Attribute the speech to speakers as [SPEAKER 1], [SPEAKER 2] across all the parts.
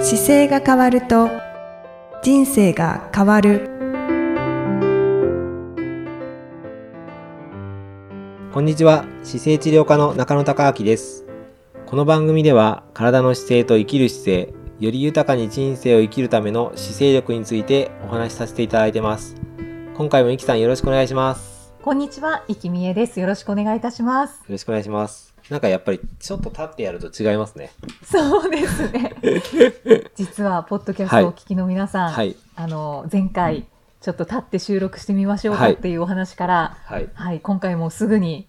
[SPEAKER 1] 姿勢が変わると人生が変わる
[SPEAKER 2] こんにちは姿勢治療科の中野孝明ですこの番組では体の姿勢と生きる姿勢より豊かに人生を生きるための姿勢力についてお話しさせていただいてます今回もいきさんよろしくお願いします
[SPEAKER 3] こんにちは、いきみえです。よろしくお願いいたします
[SPEAKER 2] よ。ろしくお願いしますなんかやっぱりちょっと立ってやると違いますね
[SPEAKER 3] そうです ね。実は、ポッドキャストをお聞きの皆さん、
[SPEAKER 2] はい
[SPEAKER 3] あの、前回、ちょっと立って収録してみましょうか
[SPEAKER 2] はい
[SPEAKER 3] っていうお話から、はい、
[SPEAKER 2] はい
[SPEAKER 3] 今回もすぐに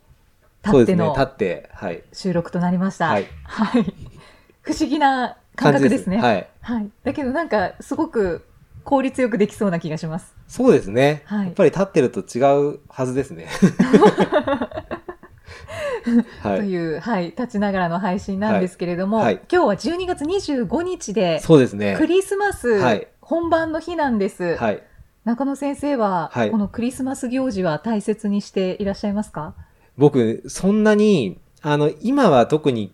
[SPEAKER 2] そう
[SPEAKER 3] 立
[SPEAKER 2] で
[SPEAKER 3] って
[SPEAKER 2] すね
[SPEAKER 3] の
[SPEAKER 2] 立ってはい
[SPEAKER 3] 収録となりました。
[SPEAKER 2] はい
[SPEAKER 3] はい。不思議な感覚ですね。はい。
[SPEAKER 2] はい
[SPEAKER 3] だけど、なんか、すごく効率よくできそうな気がします。
[SPEAKER 2] そうですね、
[SPEAKER 3] はい
[SPEAKER 2] やっぱり立ってると違うはずです ねは
[SPEAKER 3] と
[SPEAKER 2] い
[SPEAKER 3] いう、はい、立ちながらの配信なんですけれども、
[SPEAKER 2] はいはい
[SPEAKER 3] 今日は12月25日で、
[SPEAKER 2] そうですね
[SPEAKER 3] クリス
[SPEAKER 2] は
[SPEAKER 3] マ
[SPEAKER 2] い
[SPEAKER 3] ス本番の日なんです。
[SPEAKER 2] はい
[SPEAKER 3] 中野先生は、
[SPEAKER 2] はい
[SPEAKER 3] このクリスマス行事は大切にしていらっしゃいますか
[SPEAKER 2] 僕そんなにあの今は特に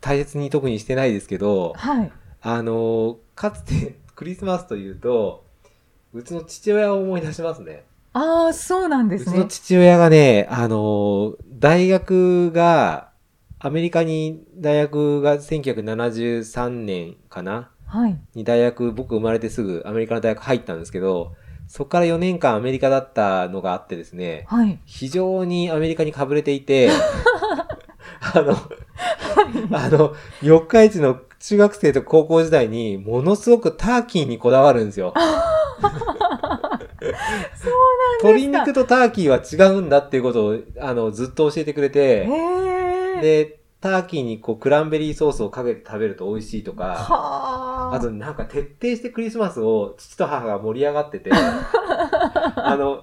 [SPEAKER 2] 大切に特にしてないですけど
[SPEAKER 3] はい。
[SPEAKER 2] あのかつて クリスマスというとうちの父親を思い出しますね
[SPEAKER 3] ああ、そうなんで
[SPEAKER 2] う
[SPEAKER 3] す
[SPEAKER 2] ちの
[SPEAKER 3] ね。
[SPEAKER 2] 父親がねあの大学がアメリカに大学が1973年かな
[SPEAKER 3] はい。
[SPEAKER 2] に大学僕生まれてすぐアメリカの大学入ったんですけどそこから4年間アメリカだったのがあってですね
[SPEAKER 3] はい。
[SPEAKER 2] 非常にアメリカにかぶれてい て、あの、あの、四日市の中学生と高校時代に、ものすごくターキーにこだわるんですよ。
[SPEAKER 3] そうなんで
[SPEAKER 2] 鶏
[SPEAKER 3] すか。
[SPEAKER 2] 肉とターキーは違うんだっていうことを、あの、ずっと教えてくれて、
[SPEAKER 3] へえ。
[SPEAKER 2] で、ターキーにこう、クランベリーソースをかけて食べると美味しいとか、
[SPEAKER 3] はあ。
[SPEAKER 2] あとなんか徹底してクリスマスを父と母が盛り上がって て、あの、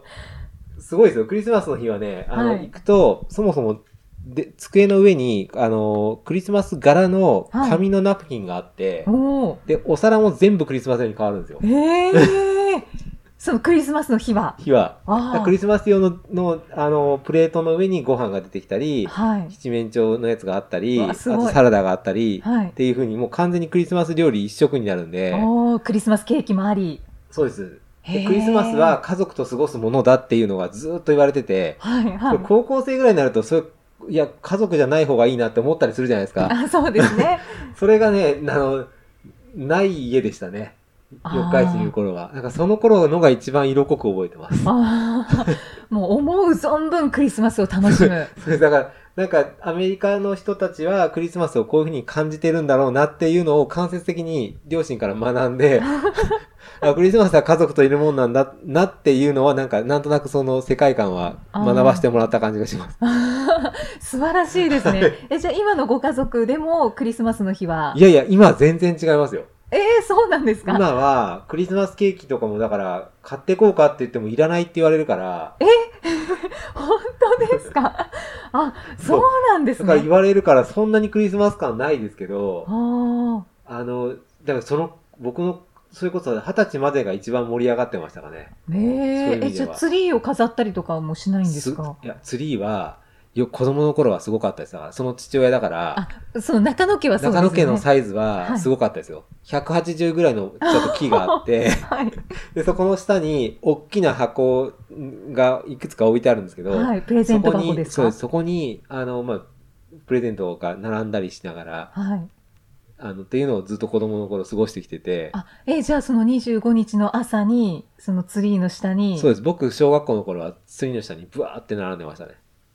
[SPEAKER 2] すごいですよ。クリスマスの日はね、あの、
[SPEAKER 3] はい
[SPEAKER 2] 行くと、そもそも、で、机の上に、あの、クリスマス柄の
[SPEAKER 3] はい
[SPEAKER 2] 紙のナプキンがあって、
[SPEAKER 3] おお。
[SPEAKER 2] で、お皿も全部クリスマス用に変わるんですよ。
[SPEAKER 3] へえ。 そのクリスマスの日は。
[SPEAKER 2] 日は。だか
[SPEAKER 3] あ
[SPEAKER 2] ら
[SPEAKER 3] あ
[SPEAKER 2] ク。リスマス用のの、あの、プレートの上にご飯が出てきたり、
[SPEAKER 3] はい。
[SPEAKER 2] 七面鳥のやつがあったり、
[SPEAKER 3] う
[SPEAKER 2] あ
[SPEAKER 3] わ
[SPEAKER 2] と
[SPEAKER 3] すごい
[SPEAKER 2] サラダがあったり、
[SPEAKER 3] は
[SPEAKER 2] っ
[SPEAKER 3] い。
[SPEAKER 2] ていう風に、もう完全にクリスマス料理一色になるんで、
[SPEAKER 3] おお、クリスマスケーキもあり。
[SPEAKER 2] そうです。
[SPEAKER 3] へ
[SPEAKER 2] で
[SPEAKER 3] え
[SPEAKER 2] クリスマスは。家族と過ごすものだっていうのがずーっと言われてて、
[SPEAKER 3] はい、は
[SPEAKER 2] こ
[SPEAKER 3] い
[SPEAKER 2] れ。高校生ぐらいになると、それ、いや、家族じゃない方がいいなって思ったりするじゃないですか。
[SPEAKER 3] あそうで すね。
[SPEAKER 2] それがね、あの、ない家でしたね。
[SPEAKER 3] あ
[SPEAKER 2] 四
[SPEAKER 3] ー
[SPEAKER 2] 日市にいる頃は。なんかその頃のが一番色濃く覚えてます。
[SPEAKER 3] ああ。もう思う存分クリスマスを楽しむ。
[SPEAKER 2] それだから、なんかアメリカの人たちはクリスマスをこういうふうに感じてるんだろうなっていうのを間接的に両親から学ん で、あクリスマスは家族といるもんなんだなっていうのは、なんかなんとなくその世界観は学ばせてもらった感じがします。
[SPEAKER 3] 素晴らしいです
[SPEAKER 2] は、
[SPEAKER 3] ね。え、じゃあ今のご家族でもクリスマスの日はい
[SPEAKER 2] やいや、今は全然違い ますよ。
[SPEAKER 3] えー、そうなんですか
[SPEAKER 2] 今はクリスマスケーキとかもだから買ってこうかって言ってもいらないって言われるから、
[SPEAKER 3] 本当ですかあ、そうなんです
[SPEAKER 2] だから
[SPEAKER 3] ね
[SPEAKER 2] 言。われるからそんなにクリスマス感ないですけど、
[SPEAKER 3] あ
[SPEAKER 2] あの、だからその、僕の、それこそ二十歳までが一番盛り上がってましたかね。
[SPEAKER 3] あ、ね
[SPEAKER 2] そういう
[SPEAKER 3] え
[SPEAKER 2] 意味では
[SPEAKER 3] え、じゃあツリーを飾ったりとかもしないんです
[SPEAKER 2] す
[SPEAKER 3] か
[SPEAKER 2] いや、ツリーは、よ子供の頃はすごかったですだからその父親だから、
[SPEAKER 3] あ、その中野家はそうです
[SPEAKER 2] 中
[SPEAKER 3] よ
[SPEAKER 2] 野家
[SPEAKER 3] ね。
[SPEAKER 2] の サイズ
[SPEAKER 3] は
[SPEAKER 2] はいすごかったですよ。180ぐらいのちょっと木があって、
[SPEAKER 3] はい、
[SPEAKER 2] でそこの下に大きな箱がいくつか置いてあるんですけど、
[SPEAKER 3] はい、プレゼ
[SPEAKER 2] そ
[SPEAKER 3] ント
[SPEAKER 2] こ
[SPEAKER 3] 箱
[SPEAKER 2] に
[SPEAKER 3] で、す
[SPEAKER 2] そうで
[SPEAKER 3] か
[SPEAKER 2] す。そこに、あの、まあ、プレゼントが並んだりしながら、
[SPEAKER 3] はい。
[SPEAKER 2] あの、っていうのをずっと子供の頃過ごしてきてて、
[SPEAKER 3] あ、えじゃあその25日の朝に、そのツリーの下に
[SPEAKER 2] そう、です。僕、小学校の頃は、ツリーの下にブワーって並んでましたね。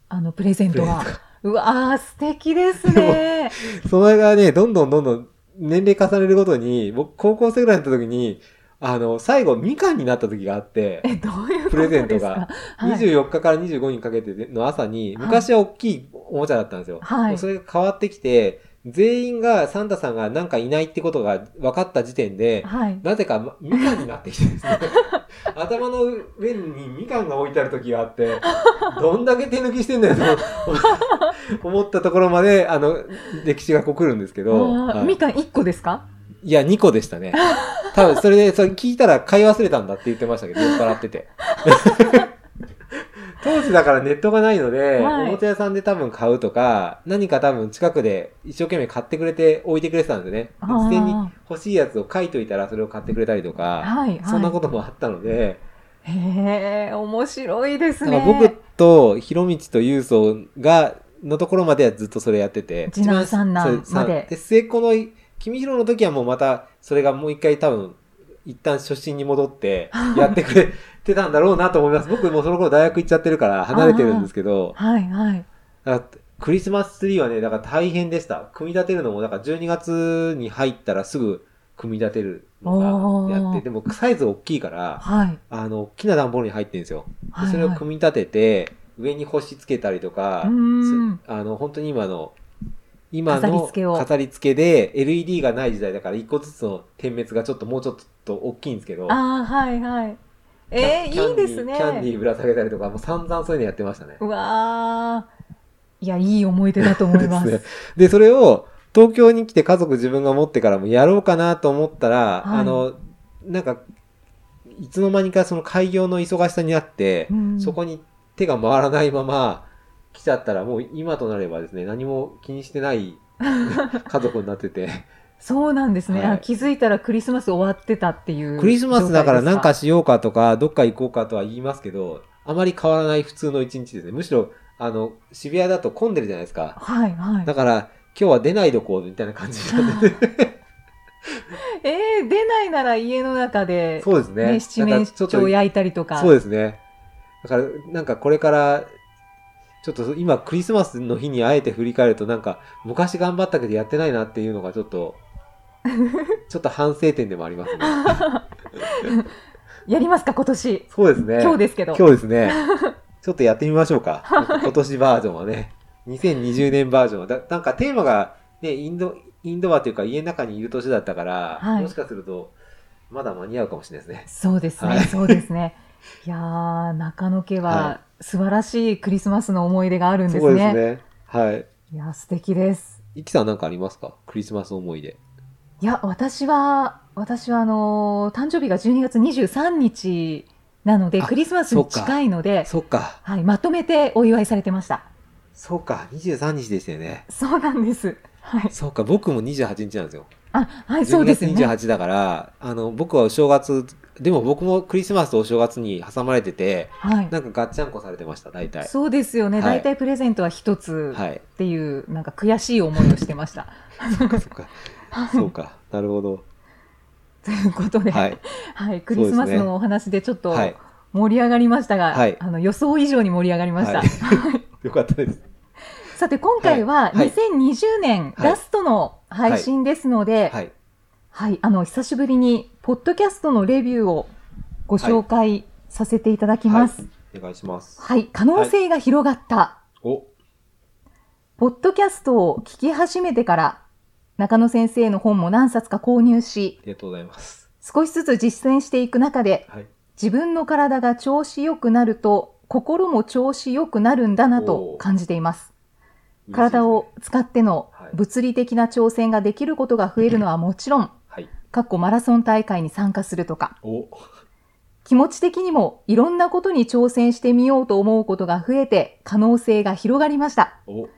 [SPEAKER 3] あの、プレゼントが
[SPEAKER 2] プレゼン。
[SPEAKER 3] うわー、素敵ですね。
[SPEAKER 2] それがね、どんどんどんどん年齢重ねるごとに、僕、高校生ぐらいになった時に、あの、最後、みかんになった時があって、
[SPEAKER 3] え、どういう
[SPEAKER 2] プ
[SPEAKER 3] こと
[SPEAKER 2] レゼン
[SPEAKER 3] で
[SPEAKER 2] ト
[SPEAKER 3] すか
[SPEAKER 2] が
[SPEAKER 3] はい
[SPEAKER 2] 24日から25日にかけての朝に、
[SPEAKER 3] はい
[SPEAKER 2] 昔は大きいおもちゃだったんですよ。
[SPEAKER 3] はい
[SPEAKER 2] それが変わってきて、全員が、サンタさんがなんかいないってことが分かった時点で、
[SPEAKER 3] はい。
[SPEAKER 2] なぜか、まみかんになってきて ですね。頭の上にみかんが置いてある時があって、どんだけ手抜きしてんだよ と思思ったところまで、あの、歴史がこう来るんですけど、
[SPEAKER 3] あー
[SPEAKER 2] はい
[SPEAKER 3] みかん1個ですか
[SPEAKER 2] いや、2個でしたね。多分そ れで、それ聞いたら買い忘れたんだって言ってましたけど、酔っ払ってて。 当時だからネットがないので、
[SPEAKER 3] はい
[SPEAKER 2] おもちゃ屋さんで多分買うとか、何か多分近くで一生懸命買ってくれて置いてくれてたんですよね。
[SPEAKER 3] あー
[SPEAKER 2] 事前に欲しいやつを書いといたらそれを買ってくれたりとか、
[SPEAKER 3] はい、はい。
[SPEAKER 2] そんなこともあったので、
[SPEAKER 3] へえ、面白いです
[SPEAKER 2] だから
[SPEAKER 3] ね。
[SPEAKER 2] 僕とひろみちとゆうそうが、のところまではずっとそれやってて。
[SPEAKER 3] 次男三男
[SPEAKER 2] 一番
[SPEAKER 3] まで
[SPEAKER 2] そう末っ子の君ひろの時はもうまた、それがもう一回多分、一旦初心に戻って、 やってくれてたんだろうなと思います。僕もうその頃大学行っちゃってるから離れてるんですけど、
[SPEAKER 3] はい、はい。
[SPEAKER 2] だからクリスマスツリーはね、だから大変でした。組み立てるのも、だから12月に入ったらすぐ組み立てるのがやっ
[SPEAKER 3] お
[SPEAKER 2] て、
[SPEAKER 3] ー
[SPEAKER 2] でもサイズ大きいから、
[SPEAKER 3] はい。
[SPEAKER 2] あの、大きな段ボールに入ってるんですよ。
[SPEAKER 3] はい
[SPEAKER 2] でそれを
[SPEAKER 3] はい
[SPEAKER 2] 組み立てて、上に星つけたりとか
[SPEAKER 3] う、ーん
[SPEAKER 2] すあの、本当に今の、今
[SPEAKER 3] 飾り
[SPEAKER 2] の
[SPEAKER 3] 付けを
[SPEAKER 2] 飾り付けで LED がない時代だから一個ずつの点滅がちょっともうちょっと大きいんですけど、
[SPEAKER 3] ああ、はい、はい。
[SPEAKER 2] キャ
[SPEAKER 3] え
[SPEAKER 2] ン
[SPEAKER 3] ー、
[SPEAKER 2] キャ
[SPEAKER 3] いい
[SPEAKER 2] ンディー
[SPEAKER 3] ですね。
[SPEAKER 2] キャンディーぶら下げたりとか、もう散々そういうのやってましたね。
[SPEAKER 3] うわー。いや、いい思い出だと思い ま
[SPEAKER 2] ですす。で、それを東京に来て家族自分が持ってからもやろうかなと思ったら、
[SPEAKER 3] はい
[SPEAKER 2] あの、なんか、いつの間にかその開業の忙しさにあって、
[SPEAKER 3] うん
[SPEAKER 2] そこに手が回らないまま来ちゃったら、もう今となればですね、何も気にしてない 家族になってて。
[SPEAKER 3] そうなんですね、
[SPEAKER 2] はい
[SPEAKER 3] あ気づいたらクリスマス終わってたっていう
[SPEAKER 2] クリスマスだから
[SPEAKER 3] 状
[SPEAKER 2] 何
[SPEAKER 3] 態で
[SPEAKER 2] か
[SPEAKER 3] す
[SPEAKER 2] しようかとか、どっか行こうかとは言いますけど、あまり変わらない普通の一日ですね。むしろ、あの、渋谷だと混んでるじゃないですか。
[SPEAKER 3] はいはい
[SPEAKER 2] だから、今日は出ないでこうみたいな感じになってて。
[SPEAKER 3] えー、出ないなら家の中で、
[SPEAKER 2] そうですね。
[SPEAKER 3] ね、七面
[SPEAKER 2] なんかちょ
[SPEAKER 3] 鳥
[SPEAKER 2] っ
[SPEAKER 3] 焼いたりと
[SPEAKER 2] と
[SPEAKER 3] か
[SPEAKER 2] そうですね。だから、なんかこれから、ちょっと今クリスマスの日にあえて振り返るとなんか昔頑張ったけどやってないなっていうのがちょっ と、ちょっと反省点でもありますね。
[SPEAKER 3] やりますか今年
[SPEAKER 2] そうですね。
[SPEAKER 3] 今日ですけど
[SPEAKER 2] 今日です ね。ちょっとやってみましょうか。なんか今年バージョンはね。2020年バージョンは。だなんかテーマが、ね、インド、インドアというか家の中にいる年だったから、
[SPEAKER 3] はい
[SPEAKER 2] もしかすると、まだ間に合うかもしれないですね。
[SPEAKER 3] そうですね、
[SPEAKER 2] はい
[SPEAKER 3] そうですねいやー中野家
[SPEAKER 2] は
[SPEAKER 3] は素晴らしいクリスマスの思い出があるんですね,、
[SPEAKER 2] そうですね。はい。
[SPEAKER 3] いや素敵です
[SPEAKER 2] イキさんなんかありますかクリスマス思い出。
[SPEAKER 3] いや私は私はあのー誕生日が12月23日なので
[SPEAKER 2] あ
[SPEAKER 3] クリスマスに近いので
[SPEAKER 2] そっか。
[SPEAKER 3] はい、まとめてお祝いされてました
[SPEAKER 2] そっか。23日でしたよね。
[SPEAKER 3] そうなんですはい
[SPEAKER 2] そっか。僕も28日なんですよ。
[SPEAKER 3] あ、はい、そ
[SPEAKER 2] 12
[SPEAKER 3] うで
[SPEAKER 2] 月
[SPEAKER 3] すよね。
[SPEAKER 2] 28だから、あの、僕はお正月、でも僕もクリスマスとお正月に挟まれてて、
[SPEAKER 3] はい。
[SPEAKER 2] なんかガッチャンコされてました、大体。
[SPEAKER 3] そうですよね。
[SPEAKER 2] はい
[SPEAKER 3] 大体プレゼントは一つ
[SPEAKER 2] はい。
[SPEAKER 3] っていう、なんか悔しい思いをしてました。
[SPEAKER 2] そっかそっか。そうか。なるほど。
[SPEAKER 3] ということで、
[SPEAKER 2] は
[SPEAKER 3] はい、
[SPEAKER 2] い。
[SPEAKER 3] クリスマスのお話でちょっと
[SPEAKER 2] はい。
[SPEAKER 3] 盛り上がりましたが、
[SPEAKER 2] はい
[SPEAKER 3] あの予想以上に盛り上がりました。
[SPEAKER 2] はい よかったです。
[SPEAKER 3] さて、今回は
[SPEAKER 2] はい
[SPEAKER 3] 2020年
[SPEAKER 2] はい
[SPEAKER 3] ラストの配信ですので、はい、
[SPEAKER 2] はい。
[SPEAKER 3] あの、久しぶりに、ポッドキャストのレビューをご紹介させていただきます。
[SPEAKER 2] お願いします。
[SPEAKER 3] はい、可能性が広がった。
[SPEAKER 2] お、
[SPEAKER 3] ポッドキャストを聞き始めてから、中野先生の本も何冊か購入し
[SPEAKER 2] あ、りがとうございます。
[SPEAKER 3] 少しずつ実践していく中で、
[SPEAKER 2] はい。
[SPEAKER 3] 自分の体が調子良くなると、心も調子良くなるんだ
[SPEAKER 2] お
[SPEAKER 3] なと
[SPEAKER 2] ー
[SPEAKER 3] 感じています。体を使っての
[SPEAKER 2] はい
[SPEAKER 3] 物理的な挑戦ができることが増えるのはもちろん、
[SPEAKER 2] 嬉しいですね。はい。
[SPEAKER 3] かっこマラソン大会に参加するとか、
[SPEAKER 2] お、
[SPEAKER 3] 気持ち的にもいろんなことに挑戦してみようと思うことが増えて、可能性が広がりました。
[SPEAKER 2] お、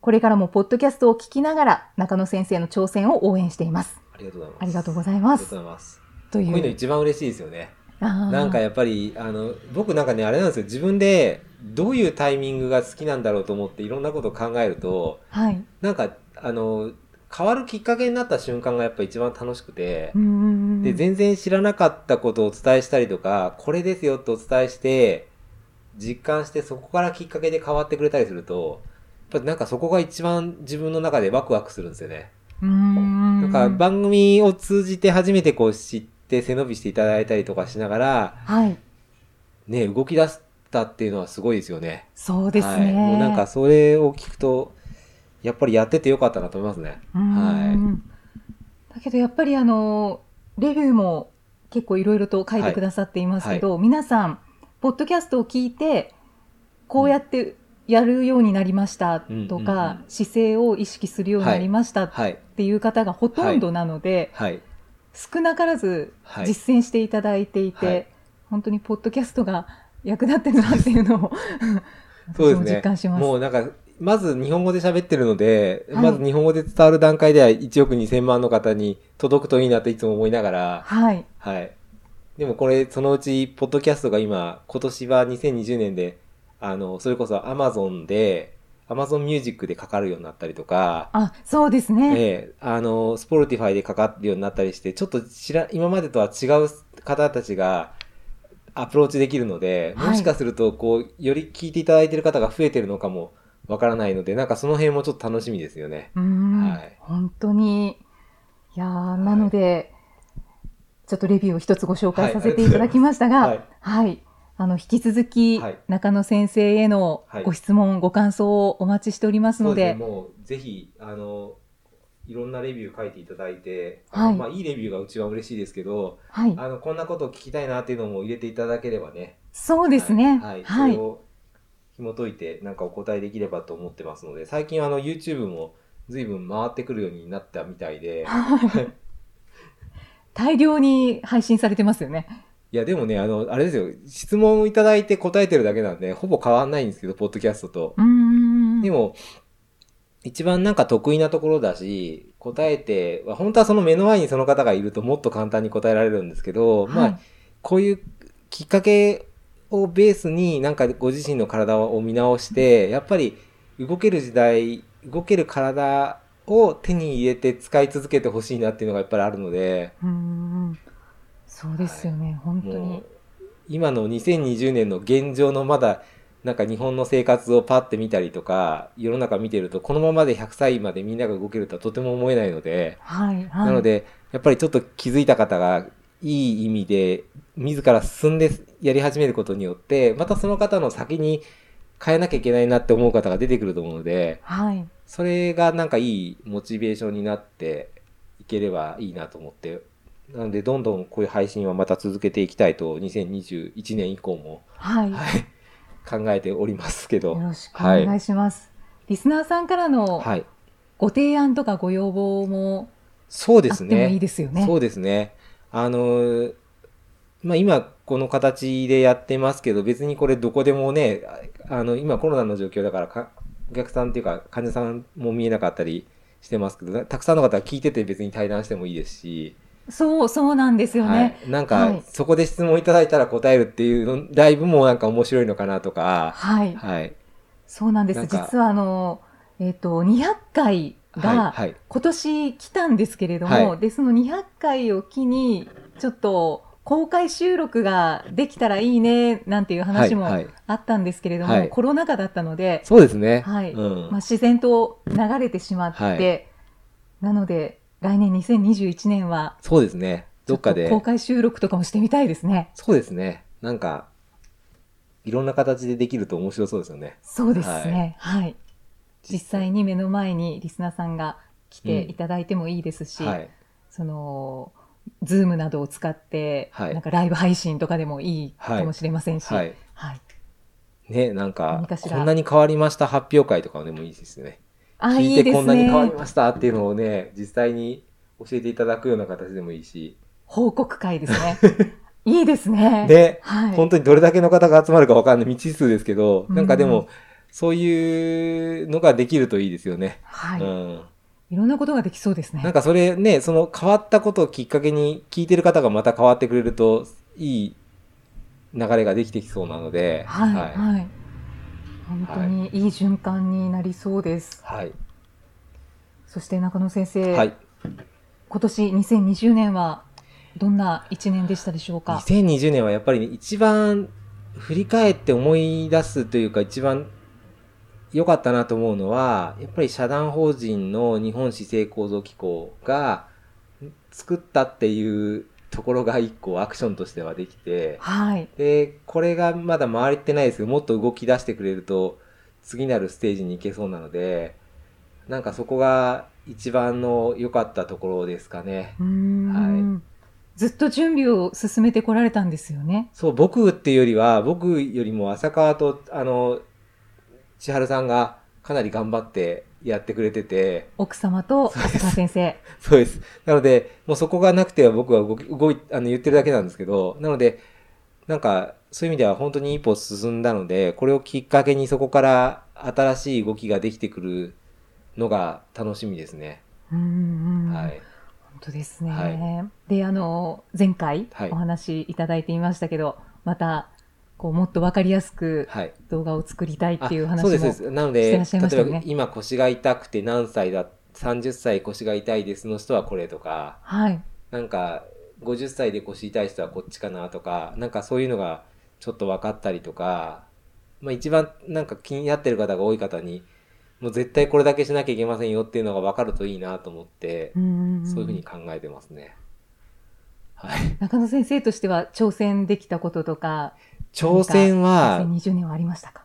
[SPEAKER 3] これからもポッドキャストを聞きながら中野先生の挑戦を応援しています。
[SPEAKER 2] ありがとうございます。
[SPEAKER 3] ありがとう
[SPEAKER 2] ざい
[SPEAKER 3] ございま
[SPEAKER 2] ありが
[SPEAKER 3] す。
[SPEAKER 2] とうございます。
[SPEAKER 3] とい
[SPEAKER 2] こういうの
[SPEAKER 3] う。
[SPEAKER 2] 一番嬉しいですよね。
[SPEAKER 3] な
[SPEAKER 2] なんかやっぱり、あの、僕なんかね、あれなんですよ。自分で、どういうタイミングが好きなんだろうと思って、いろんなことを考えると、
[SPEAKER 3] はい。
[SPEAKER 2] なんか、あの、変わるきっかけになった瞬間がやっぱ一番楽しくて
[SPEAKER 3] う、んうんうん
[SPEAKER 2] で、全然知らなかったことをお伝えしたりとか、これですよってお伝えして、実感してそこからきっかけで変わってくれたりすると、やっぱなんかそこが一番自分の中でワクワクするんですよね。
[SPEAKER 3] うんう。
[SPEAKER 2] なんんか番組を通じて初めてこう知って背伸びしていただいたりとかしながら、
[SPEAKER 3] はい。
[SPEAKER 2] ね、動き出したっていうのはすごいですよね。
[SPEAKER 3] そうです
[SPEAKER 2] はい。
[SPEAKER 3] ね。
[SPEAKER 2] もうなんかそれを聞くと、やっぱりやっててよかったなと思いますね。
[SPEAKER 3] うんうんうんだけどやっぱりあの、レビューも結構いろいろと書いてくださっていますけど、皆さん、ポッドキャストを聞いて、こうやってやるようになりましたとか、
[SPEAKER 2] うんうんう
[SPEAKER 3] 姿勢を意識するようになりましたっ
[SPEAKER 2] はい。
[SPEAKER 3] ていう方がほとんどなので、
[SPEAKER 2] はい。
[SPEAKER 3] 少なからず
[SPEAKER 2] はい
[SPEAKER 3] 実践していただいていて、
[SPEAKER 2] はい
[SPEAKER 3] 本当にポッドキャストが役立ってるなっていうのを
[SPEAKER 2] そうです
[SPEAKER 3] 私も
[SPEAKER 2] ね
[SPEAKER 3] 実感します。
[SPEAKER 2] もうなんか、まず日本語で喋ってるので、
[SPEAKER 3] はい
[SPEAKER 2] まず日本語で伝わる段階では1億2000万の方に届くといいなっていつも思いながら、
[SPEAKER 3] はい。
[SPEAKER 2] はい。でもこれ、そのうち、ポッドキャストが今、今年は2020年で、あの、それこそ Amazon で、Amazon Music でかかるようになったりとか、
[SPEAKER 3] あ、そうですね。
[SPEAKER 2] ええ、あの、Spotify でかかるようになったりして、ちょっと知ら、今までとは違う方たちがアプローチできるので、
[SPEAKER 3] はい
[SPEAKER 2] もしかすると、こう、より聞いていただいてる方が増えてるのかもわからないので、なんかその辺もちょっと楽しみですよね。
[SPEAKER 3] うーん、
[SPEAKER 2] はい
[SPEAKER 3] 本当に。いやーなので、ちょっとレビューを一つご紹介させていただきましたが、は
[SPEAKER 2] はいい。
[SPEAKER 3] あの、引き続き、
[SPEAKER 2] はい
[SPEAKER 3] 中野先生への
[SPEAKER 2] はい
[SPEAKER 3] ご質問、ご感想をお待ちしておりますので、
[SPEAKER 2] そうですねもうぜひあのいろんなレビュー書いていただいて、
[SPEAKER 3] はい
[SPEAKER 2] いまあ、いいレビューがうちは嬉しいですけど
[SPEAKER 3] はい。
[SPEAKER 2] あのこんなことを聞きたいなっていうのも入れていただければね
[SPEAKER 3] そうですね。
[SPEAKER 2] はい、
[SPEAKER 3] は
[SPEAKER 2] それ
[SPEAKER 3] い。
[SPEAKER 2] を紐解いてなんかお答えできればと思ってますので最近あの YouTube も随分回ってくるようになったみたいで
[SPEAKER 3] はい 大量に配信されてますよね。
[SPEAKER 2] いやでもねあのあれですよ質問をいただいて答えてるだけなんでほぼ変わんないんですけどポッドキャストと
[SPEAKER 3] うーん。
[SPEAKER 2] でも、一番なんか得意なところだし、答えて、本当はその目の前にその方がいるともっと簡単に答えられるんですけど、
[SPEAKER 3] はい
[SPEAKER 2] まあ、こういうきっかけをベースになんかご自身の体を見直して、やっぱり動ける時代、動ける体を手に入れて使い続けてほしいなっていうのがやっぱりあるので、
[SPEAKER 3] うーん。そうですよね、本当
[SPEAKER 2] も
[SPEAKER 3] に
[SPEAKER 2] う。今の2020年の現状のまだなんか日本の生活をパッて見たりとか世の中見てるとこのままで100歳までみんなが動けるとはとても思えないので、
[SPEAKER 3] はい、はい。
[SPEAKER 2] なのでやっぱりちょっと気づいた方がいい意味で自ら進んでやり始めることによってまたその方の先に変えなきゃいけないなって思う方が出てくると思うので
[SPEAKER 3] はい。
[SPEAKER 2] それがなんかいいモチベーションになっていければいいなと思って、なのでどんどんこういう配信はまた続けていきたいと2021年以降も、
[SPEAKER 3] はい。
[SPEAKER 2] はい、考えておりますけど
[SPEAKER 3] よ、ろしくお願いします。リスナーさんからの
[SPEAKER 2] はい、
[SPEAKER 3] ご提案とかご要望も
[SPEAKER 2] そうで
[SPEAKER 3] あっ
[SPEAKER 2] す
[SPEAKER 3] て
[SPEAKER 2] ね。
[SPEAKER 3] もいいですよね。
[SPEAKER 2] そうですね。あのーまあ、今この形でやってますけど、別にこれどこでもね、ああの、今コロナの状況だからか、お客さんっていうか患者さんも見えなかったりしてますけど、たくさんの方が聞いてて別に対談してもいいですし、
[SPEAKER 3] そう、そうなんですよ
[SPEAKER 2] はい
[SPEAKER 3] ね。、
[SPEAKER 2] なん
[SPEAKER 3] は
[SPEAKER 2] か
[SPEAKER 3] い
[SPEAKER 2] そこで質問いただいたら答えるっていうのライブもなんか面白いのかなとか、
[SPEAKER 3] はい。
[SPEAKER 2] はい、
[SPEAKER 3] そうなんです。
[SPEAKER 2] なんか
[SPEAKER 3] 実はあの、えっ、と、200回が
[SPEAKER 2] はいはい
[SPEAKER 3] 今年来たんですけれども、
[SPEAKER 2] はい
[SPEAKER 3] で、その200回を機に、ちょっと公開収録ができたらいいね、なんていう話も
[SPEAKER 2] はいはい
[SPEAKER 3] あったんですけれども、
[SPEAKER 2] はい
[SPEAKER 3] コロナ禍だったので、
[SPEAKER 2] そうですね。
[SPEAKER 3] はい
[SPEAKER 2] うん
[SPEAKER 3] まあ、自然と流れてしまって、
[SPEAKER 2] はい
[SPEAKER 3] なので、来年2021年は、
[SPEAKER 2] そうですね。どっか
[SPEAKER 3] ちょ
[SPEAKER 2] で
[SPEAKER 3] と公開収録とかもしてみたいですね。
[SPEAKER 2] そうですね。なんかいろんな形でできると面白そうですよね。
[SPEAKER 3] そうですね。はい。実際に目の前にリスナーさんが来ていただいてもいいですし、
[SPEAKER 2] はい。
[SPEAKER 3] その、ズームなどを使って、
[SPEAKER 2] はい
[SPEAKER 3] なんかライブ配信とかでもいいかもしれませんし、は。
[SPEAKER 2] はいい。ね、なんか
[SPEAKER 3] 何かしら
[SPEAKER 2] こんなに変わりました発表会とかでもいいですね。
[SPEAKER 3] あ、い
[SPEAKER 2] 聞
[SPEAKER 3] い
[SPEAKER 2] いて
[SPEAKER 3] で
[SPEAKER 2] こ
[SPEAKER 3] す
[SPEAKER 2] んなに変わり
[SPEAKER 3] ね。
[SPEAKER 2] ましたっていうのをね、実際に教えていただくような形でもいいし、
[SPEAKER 3] 報告会で すね。いいですね。
[SPEAKER 2] ね、
[SPEAKER 3] はい。
[SPEAKER 2] 本当にどれだけの方が集まるかわかんない未知数ですけど、
[SPEAKER 3] うん
[SPEAKER 2] なんかでもそういうのができるといいですよね。
[SPEAKER 3] はい、
[SPEAKER 2] うん。
[SPEAKER 3] いろんなことができそうですね。
[SPEAKER 2] なんかそれね、その変わったことをきっかけに聞いてる方がまた変わってくれるといい流れができてきそうなので、
[SPEAKER 3] はい、
[SPEAKER 2] は
[SPEAKER 3] はいい、本当にいい循環になりそうです。
[SPEAKER 2] はい。
[SPEAKER 3] そして中野先生、
[SPEAKER 2] はい
[SPEAKER 3] 今年2020年はどんな1年でしたでしょうか。
[SPEAKER 2] 2020年はやっぱり、ね、一番振り返って思い出すというか一番良かったなと思うのはやっぱり社団法人の日本市政構造機構が作ったっていうところが一個アクションとしてはできて
[SPEAKER 3] はい、
[SPEAKER 2] でこれがまだ回ってないですけどもっと動き出してくれると次なるステージに行けそうなのでなんかそこが一番の良かったところですかね。
[SPEAKER 3] うーん、ずっと準備を進めてこられたんですよね。
[SPEAKER 2] そう、僕っていうよりは、僕よりも浅川と、あの、千春さんがかなり頑張ってやってくれてて、
[SPEAKER 3] 奥様と
[SPEAKER 2] そうです
[SPEAKER 3] 浅川先 生。
[SPEAKER 2] そうです。なので、もうそこがなくては僕は動き、動い、あの、言ってるだけなんですけど、なので、なんか、そういう意味では本当に一歩進んだので、これをきっかけにそこから新しい動きができてくるのが楽しみですね。
[SPEAKER 3] うんうん
[SPEAKER 2] はい。
[SPEAKER 3] 本当ですね。
[SPEAKER 2] は
[SPEAKER 3] で、あの、前回
[SPEAKER 2] はい
[SPEAKER 3] お話いただいていましたけど、また、こう、もっとわかりやすく
[SPEAKER 2] はい。
[SPEAKER 3] 動画を作りたいっ
[SPEAKER 2] あ
[SPEAKER 3] ていう話
[SPEAKER 2] そ
[SPEAKER 3] も。
[SPEAKER 2] うですそうです。なの
[SPEAKER 3] して
[SPEAKER 2] で、
[SPEAKER 3] らっしゃいました
[SPEAKER 2] 例
[SPEAKER 3] よ
[SPEAKER 2] え
[SPEAKER 3] ね
[SPEAKER 2] ば今腰が痛くて何歳だ、30歳腰が痛いですの人はこれとか、
[SPEAKER 3] はい。
[SPEAKER 2] なんか50歳で腰痛い人はこっちかなとか、なんかそういうのがちょっと分かったりとか、まあ一番なんか気になってる方が多い方に、もう絶対これだけしなきゃいけませんよっていうのが分かるといいなと思って、
[SPEAKER 3] んんん
[SPEAKER 2] そういうふうに考えてますね。はい。
[SPEAKER 3] 中野先生としては挑戦できたこととか、
[SPEAKER 2] 挑戦は、
[SPEAKER 3] 2020年はありましたか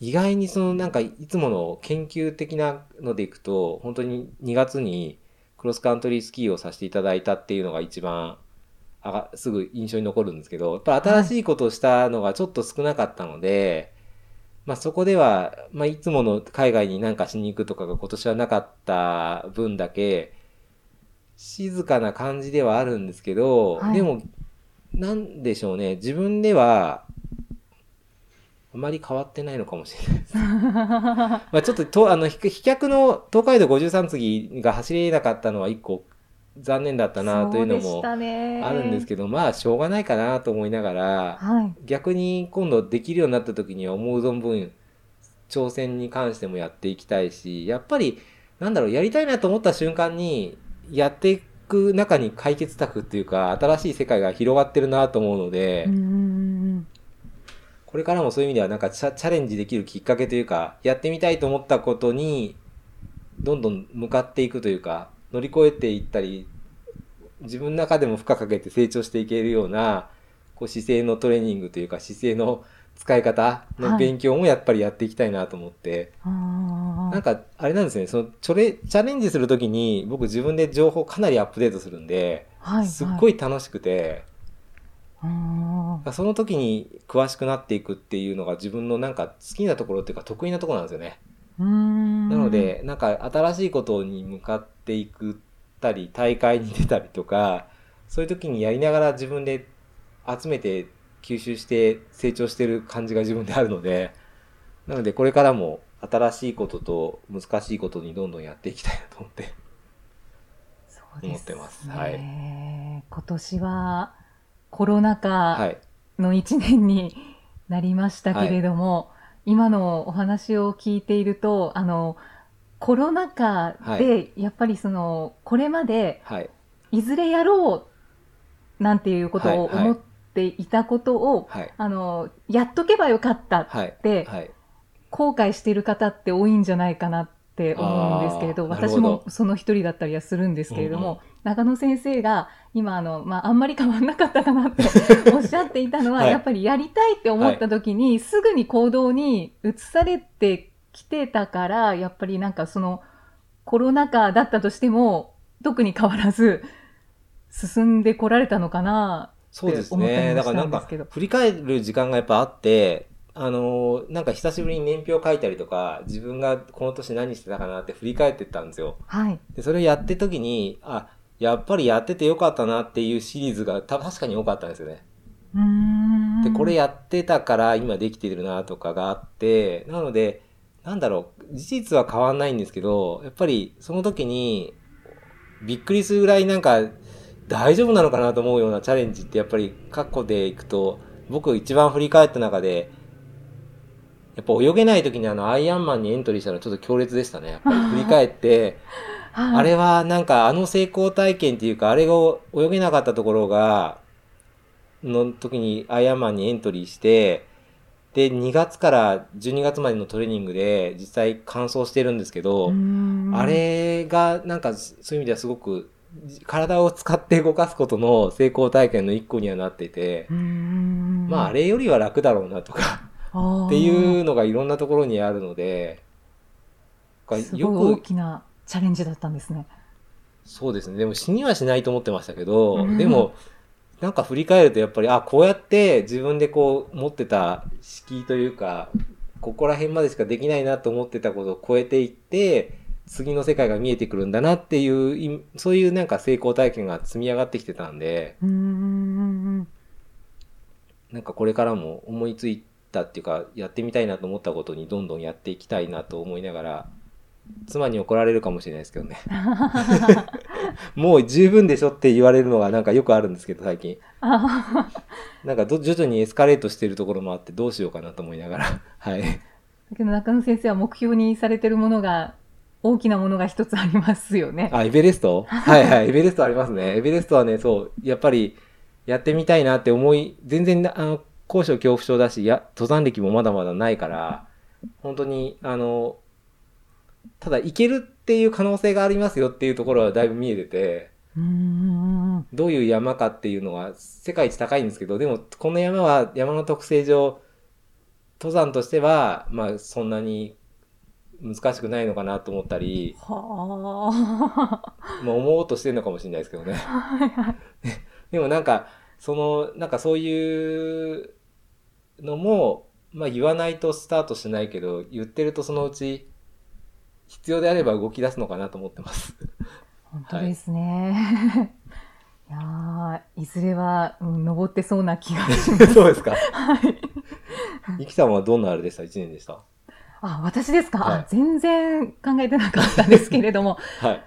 [SPEAKER 2] 意外にそのなんかいつもの研究的なのでいくと本当に2月にクロスカントリースキーをさせていただいたっていうのが一番あがすぐ印象に残るんですけどやっぱ新しいことをしたのがちょっと少なかったので、まあそこでは、まあ、いつもの海外になんかしに行くとかが今年はなかった分だけ静かな感じではあるんですけど、
[SPEAKER 3] はい
[SPEAKER 2] でもなんでしょうね自分ではあまり変わってないのかもしれない まあ、ちょっととあの飛飛脚の東海道53次が走れなかったのは一個残念だったなというのも
[SPEAKER 3] ある
[SPEAKER 2] あるんです
[SPEAKER 3] け
[SPEAKER 2] けど、まあしょうがないかなと思いながら
[SPEAKER 3] はい。
[SPEAKER 2] 逆に今度できるようになった時には思う存分挑戦に関してもやっていきたいしやっぱりなんだろうやりたいなと思った瞬間にやっていく中に解決策っていうか新しい世界が広がってるなと思うので。
[SPEAKER 3] うんうんうん
[SPEAKER 2] これからもそういう意味ではなんかチャチャレンジできるきっかけというか、やってみたいと思ったことに、どんどん向かっていくというか、乗り越えていったり、自分の中でも負荷かけて成長していけるような、こう姿勢のトレーニングというか、姿勢の使い方
[SPEAKER 3] は
[SPEAKER 2] の
[SPEAKER 3] い
[SPEAKER 2] 勉強もやっぱりやっていきたいなと思って、
[SPEAKER 3] あー
[SPEAKER 2] なんかあれなんですよね、そのチョレチャレンジするときに僕自分で情報かなりアップデートするんで、
[SPEAKER 3] はいはい、
[SPEAKER 2] すっごい楽しくて、
[SPEAKER 3] あー
[SPEAKER 2] その時に詳しくなっていくっていうのが自分のなんか好きなところっていうか得意なところなんですよね。
[SPEAKER 3] うん
[SPEAKER 2] なので、なんか新しいことに向かっていくったり、大会に出たりとか、そういう時にやりながら自分で集めて吸収して成長してる感じが自分であるので、なのでこれからも新しいことと難しいことにどんどんやっていきたいなと思って。
[SPEAKER 3] そうですね
[SPEAKER 2] 思ってますはい
[SPEAKER 3] 今年はコロナ
[SPEAKER 2] は
[SPEAKER 3] 禍
[SPEAKER 2] い。
[SPEAKER 3] の1 年になりましたけれども、今のお話を聞いているとあのコロナ禍でやっぱりその、これまで
[SPEAKER 2] はい。
[SPEAKER 3] いずれやろうなんていうことを
[SPEAKER 2] はいはい
[SPEAKER 3] 思っていたことを、
[SPEAKER 2] はい。
[SPEAKER 3] あのやっとけばよかったっ
[SPEAKER 2] はい。
[SPEAKER 3] て
[SPEAKER 2] はい。
[SPEAKER 3] 後悔している方って多いんじゃないかなって思うんですけれど
[SPEAKER 2] あーなるほ
[SPEAKER 3] 私
[SPEAKER 2] ど
[SPEAKER 3] もその一人だったりはするんですけれども、
[SPEAKER 2] うん
[SPEAKER 3] 中野先生が今あの、まあ、あんまり変わんなかったかなって おっしゃっていたのは、
[SPEAKER 2] はい
[SPEAKER 3] やっぱりやりたいって思った時に、すぐに行動に移されてきてたからやっぱりなんかそのコロナ禍だったとしても特に変わらず進んでこられたのかな。
[SPEAKER 2] そうです
[SPEAKER 3] って
[SPEAKER 2] ね。
[SPEAKER 3] 思
[SPEAKER 2] だ
[SPEAKER 3] った
[SPEAKER 2] か
[SPEAKER 3] り
[SPEAKER 2] ら
[SPEAKER 3] もした
[SPEAKER 2] なんん
[SPEAKER 3] です
[SPEAKER 2] か
[SPEAKER 3] けど、
[SPEAKER 2] 振り返る時間がやっぱあって、あのーなんか久しぶりに年表書いたりとか、自分がこの年何してたかなって振り返ってったんですよ。
[SPEAKER 3] はい、
[SPEAKER 2] で、それをやってる時に、あ、やっぱりやっててよかったなっていうシリーズがた確かに多かったんですよね。
[SPEAKER 3] うーん
[SPEAKER 2] で、これやってたから今できてるなとかがあって、なので、なんだろう、事実は変わんないんですけど、やっぱりその時にびっくりするぐらいなんか大丈夫なのかなと思うようなチャレンジってやっぱり過去でいくと、僕一番振り返った中で、やっぱ泳げない時にあのアイアンマンにエントリーしたのはちょっと強烈でしたね。やっぱ り振り返って、
[SPEAKER 3] はい
[SPEAKER 2] あれはなんかあの成功体験っていうか、あれが泳げなかったところが、の時にアイアンマンにエントリーして、で、2月から12月までのトレーニングで実際完走してるんですけど、
[SPEAKER 3] うーん
[SPEAKER 2] あれがなんかそそういう意味ではすごく体を使って動かすことの成功体験の一個にはなってて、ま
[SPEAKER 3] ま
[SPEAKER 2] ああれよりは楽だろうなとか、
[SPEAKER 3] っ
[SPEAKER 2] って
[SPEAKER 3] う
[SPEAKER 2] いうのがいろんなところにあるので、
[SPEAKER 3] あー
[SPEAKER 2] なんか
[SPEAKER 3] す
[SPEAKER 2] よ
[SPEAKER 3] ごい大
[SPEAKER 2] く
[SPEAKER 3] きなチャレンジだったんですね。
[SPEAKER 2] そうですね。でも死にはしないと思ってましたけど、
[SPEAKER 3] うん
[SPEAKER 2] でも、なんか振り返るとやっぱり、あ、こうやって自分でこう持ってた敷居というか、ここら辺までしかできないなと思ってたことを超えていって、次の世界が見えてくるんだなっていうい、そういうなんか成功体験が積み上がってきてたんで、
[SPEAKER 3] うーん
[SPEAKER 2] なんかこれからも思いついたっていうかやってみたいなと思ったことにどんどんやっていきたいなと思いながら妻に怒られるかもしれないですけどねもう十分でしょって言われるのがなんかよくあるんですけど最近
[SPEAKER 3] あー
[SPEAKER 2] なんかど徐々にエスカレートしてるところもあってどうしようかなと思いながらはい
[SPEAKER 3] だけど中野先生は目標にされてるものが大きなものが一つありますよね。
[SPEAKER 2] あエベレストはいはいエベレストありますねエベレストはねそうやっぱりやってみたいなって思い全然あの高所恐怖症だしいや登山歴もまだまだないから本当にあのただ行けるっていう可能性がありますよっていうところはだいぶ見えてて
[SPEAKER 3] うーん
[SPEAKER 2] どういう山かっていうのは世界一高いんですけど、でもこの山は山の特性上、登山としては、まあそんなに難しくないのかなと思ったり、
[SPEAKER 3] はあ。
[SPEAKER 2] まあ思おうとしてるのかもしれないですけ どね。 でもなんか、その、なんかそういうのも、まあ言わないとスタートしないけど、言ってるとそのうち必要であれば動き出すのかなと思ってます。
[SPEAKER 3] 本当ですね。い、やーいずれは、うん、登ってそうな気がし ます。
[SPEAKER 2] そうですか。
[SPEAKER 3] はい。
[SPEAKER 2] ゆきさんはどんなあれでした ?1 年でした。
[SPEAKER 3] あ、私ですか、あ
[SPEAKER 2] はい
[SPEAKER 3] 全然考えてなかったんですけれど も。
[SPEAKER 2] はい。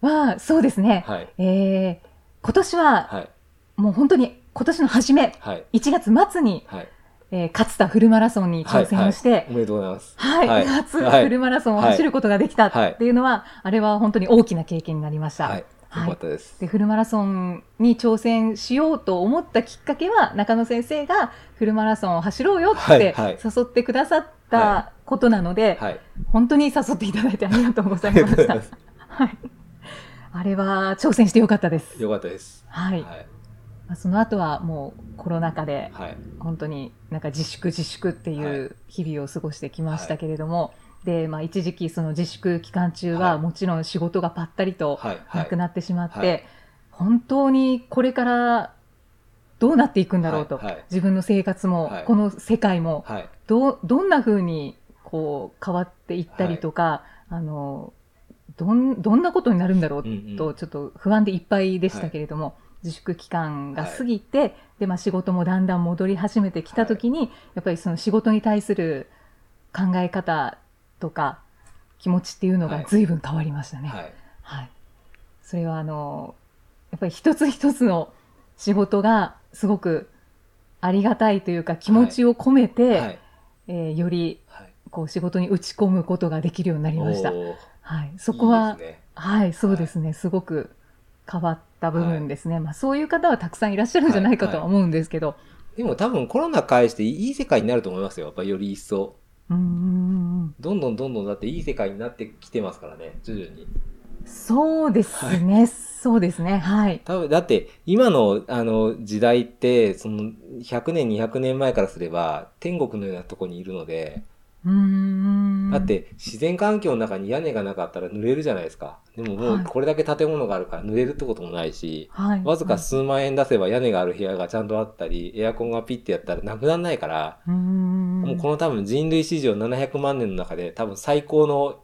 [SPEAKER 3] まあ、そうですね。
[SPEAKER 2] はい。
[SPEAKER 3] えー、今年は、
[SPEAKER 2] はい。
[SPEAKER 3] もう本当に今年の初め、
[SPEAKER 2] はい。
[SPEAKER 3] 1月末に、
[SPEAKER 2] はい。
[SPEAKER 3] えー、勝田フルマラソンに挑戦をして、
[SPEAKER 2] おめでとうございます。
[SPEAKER 3] はい、
[SPEAKER 2] はい
[SPEAKER 3] 初
[SPEAKER 2] はい
[SPEAKER 3] フルマラソンを走ることができたっていうのは、あれは本当に大きな経験になりました。
[SPEAKER 2] はい。よ
[SPEAKER 3] はい
[SPEAKER 2] かったです。
[SPEAKER 3] でフルマラソンに挑戦しようと思ったきっかけは中野先生がフルマラソンを走ろうよっ
[SPEAKER 2] はい
[SPEAKER 3] て
[SPEAKER 2] はい
[SPEAKER 3] 誘ってくださったことなので、
[SPEAKER 2] はい。
[SPEAKER 3] 本当に誘っていただいてありがとうござ
[SPEAKER 2] あ
[SPEAKER 3] い
[SPEAKER 2] り
[SPEAKER 3] ま
[SPEAKER 2] がとうござ
[SPEAKER 3] した
[SPEAKER 2] いま。す。
[SPEAKER 3] はい、あれは挑戦してよかったです。
[SPEAKER 2] よかったです。
[SPEAKER 3] はい、ま
[SPEAKER 2] はい。
[SPEAKER 3] あその後はもうコロナ禍で
[SPEAKER 2] はい。
[SPEAKER 3] 本当になんか自粛自粛ってい
[SPEAKER 2] は
[SPEAKER 3] う日々を過ごしてきましたけれども、で、まあ、一時期その自粛期間中
[SPEAKER 2] は
[SPEAKER 3] はいもちろん仕事がぱったりと
[SPEAKER 2] はい。は
[SPEAKER 3] なく
[SPEAKER 2] い。
[SPEAKER 3] なってしまって、
[SPEAKER 2] はい
[SPEAKER 3] 本当にこれからどうなっていくんだろうと、
[SPEAKER 2] はいはい
[SPEAKER 3] 自分の生活も、
[SPEAKER 2] はい
[SPEAKER 3] この世界も
[SPEAKER 2] はい。
[SPEAKER 3] どうどんな風にこう変わっていったりとか、あのどんどんなことになるんだろう
[SPEAKER 2] うんうん
[SPEAKER 3] とちょっと不安でいっぱいでしたけれども、自粛期間が過ぎて、でまあ、仕事もだんだん戻り始めてきた時に、やっぱりその仕事に対する考え方とか気持ちっていうの
[SPEAKER 2] は
[SPEAKER 3] が
[SPEAKER 2] い
[SPEAKER 3] 随分変わりましたね。
[SPEAKER 2] はい。
[SPEAKER 3] はい、それはあのやっぱり一つ一つの仕事がすごくありがたいというか気持ちを込めて、
[SPEAKER 2] はい。
[SPEAKER 3] えーより
[SPEAKER 2] はい。
[SPEAKER 3] こう仕事に打ち込むことができるようになりました。
[SPEAKER 2] おー
[SPEAKER 3] はい、そこはい
[SPEAKER 2] いですね
[SPEAKER 3] はい、そうですね、すごく変わった部分ですね、まあ、そういう方はたくさんいらっしゃるんじゃないかとは思うんですけど、
[SPEAKER 2] でも多分コロナ返していい世界になると思いますよ。やっぱりより一層。
[SPEAKER 3] うーん
[SPEAKER 2] どんどんどんどんだっていい世界になってきてますからね。徐々に。
[SPEAKER 3] そうですね、そうですね、はい、
[SPEAKER 2] 多分、だって今のあの時代って、その100年200年前からすれば天国のようなとこにいるので、
[SPEAKER 3] うーん
[SPEAKER 2] だって自然環境の中に屋根がなかったら濡れるじゃないですか。でもも
[SPEAKER 3] は
[SPEAKER 2] う
[SPEAKER 3] い
[SPEAKER 2] これだけ建物があるから濡れるってこともないし、
[SPEAKER 3] はい、
[SPEAKER 2] わずか
[SPEAKER 3] はい
[SPEAKER 2] 数万円出せば屋根がある部屋がちゃんとあったり、エアコンがピッてやったらなくならないから、
[SPEAKER 3] うーん
[SPEAKER 2] もうこの多分人類史上700万年の中で多分最高の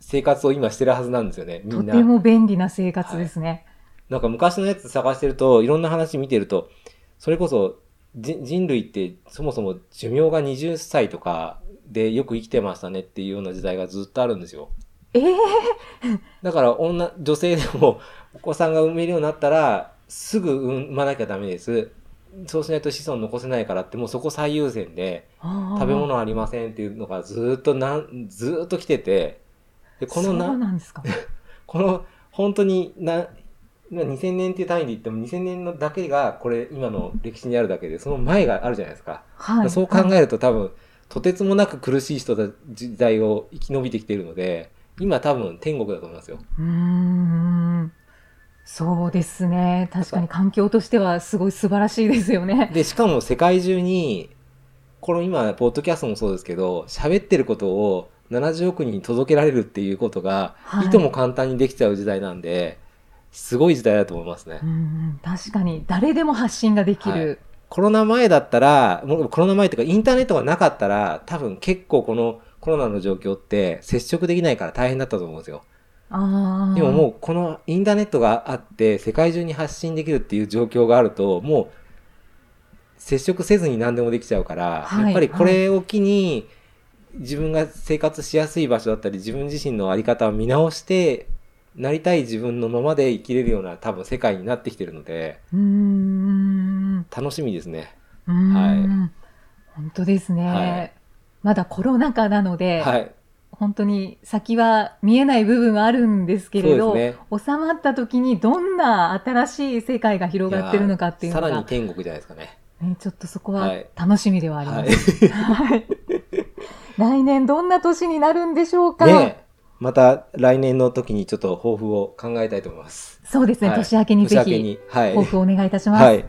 [SPEAKER 2] 生活を今してるはずなんですよね、み
[SPEAKER 3] と
[SPEAKER 2] んな。
[SPEAKER 3] ても便利な生活ですね。
[SPEAKER 2] なんか昔のやつ探してると、いろんな話見てると、それこそ人人類ってそもそも寿命が20歳とかでよく生きてましたねっていうような時代がずっとあるんですよ。
[SPEAKER 3] ええ
[SPEAKER 2] だから女、女性でもお子さんが産めるようになったら、すぐ産まなきゃダメです。そうしないと子孫残せないからって、もうそこ最優先で、食べ物ありませんっていうのがずーっとなん、ずーっと来てて、で、この
[SPEAKER 3] そう
[SPEAKER 2] な、
[SPEAKER 3] な んですか。
[SPEAKER 2] この、本当にな、まあ2000年っていう単位で言っても2000年のだけがこれ今の歴史にあるだけでその前があるじゃないですか、
[SPEAKER 3] はい。
[SPEAKER 2] そう考えると多分とてつもなく苦しい人た時代を生き延びてきているので今多分天国だと思いますよ
[SPEAKER 3] うーん。そうですね。確かに環境としてはすごい素晴らしいですよね。
[SPEAKER 2] で、しかも世界中に、この今、ポッドキャストもそうですけど、喋ってることを70億人に届けられるっていうことが、
[SPEAKER 3] はい
[SPEAKER 2] い、とも簡単にできちゃう時代なんで、すごい時代だと思いますね
[SPEAKER 3] う。んうん、確かに誰でも発信ができる。
[SPEAKER 2] コロナ前だったら、もうコロナ前っていうか、インターネットがなかったら、多分結構このコロナの状況って接触できないから大変だったと思うんですよ。
[SPEAKER 3] ああ。
[SPEAKER 2] でももうこのインターネットがあって世界中に発信できるっていう状況があるともう接触せずに何でもできちゃうから、
[SPEAKER 3] はい
[SPEAKER 2] やっぱりこれを機に、自分が生活しやすい場所だったり、自分自身のあり方を見直して、なりたい自分のままで生きれるような多分世界になってきてるので、
[SPEAKER 3] うーん。
[SPEAKER 2] 楽しみですね。
[SPEAKER 3] うーん
[SPEAKER 2] はい
[SPEAKER 3] 本当ですね、
[SPEAKER 2] はい
[SPEAKER 3] まだコロナ禍なので、
[SPEAKER 2] はい。
[SPEAKER 3] 本当に先は見えない部分はあるんですけれ
[SPEAKER 2] そ
[SPEAKER 3] ど、
[SPEAKER 2] うですね
[SPEAKER 3] 収まった時にどんな新しい世界が広がってるのかっていう
[SPEAKER 2] さ
[SPEAKER 3] の
[SPEAKER 2] ら
[SPEAKER 3] が
[SPEAKER 2] に、天国じゃないですかね。
[SPEAKER 3] ね、ちょっとそこ
[SPEAKER 2] は
[SPEAKER 3] はい楽しみではあり
[SPEAKER 2] は
[SPEAKER 3] ま
[SPEAKER 2] い
[SPEAKER 3] す。。はい 来年どんな年になるんでしょうか、
[SPEAKER 2] ねまた来年の時にちょっと抱負を考えたいと思います。
[SPEAKER 3] そうですね、
[SPEAKER 2] はい
[SPEAKER 3] 年明けにぜ
[SPEAKER 2] 年明け
[SPEAKER 3] ひ
[SPEAKER 2] にはい。
[SPEAKER 3] 抱負をお願いいたします。
[SPEAKER 2] は
[SPEAKER 3] はい、
[SPEAKER 2] い。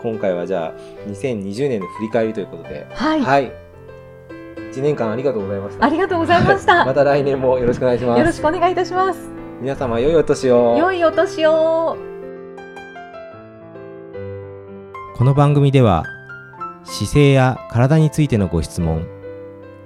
[SPEAKER 2] 今回はじゃあ、2020年の振り返りということで、はい。1年間ありがとうございました。
[SPEAKER 3] ありがとうございました。
[SPEAKER 2] また来年もよろしくお願いしま
[SPEAKER 3] よろ
[SPEAKER 2] す。
[SPEAKER 3] しくお願いいたします。
[SPEAKER 2] 皆様、良いお年を。
[SPEAKER 3] 良いお年を。
[SPEAKER 2] この番組では姿勢や体についてのご質問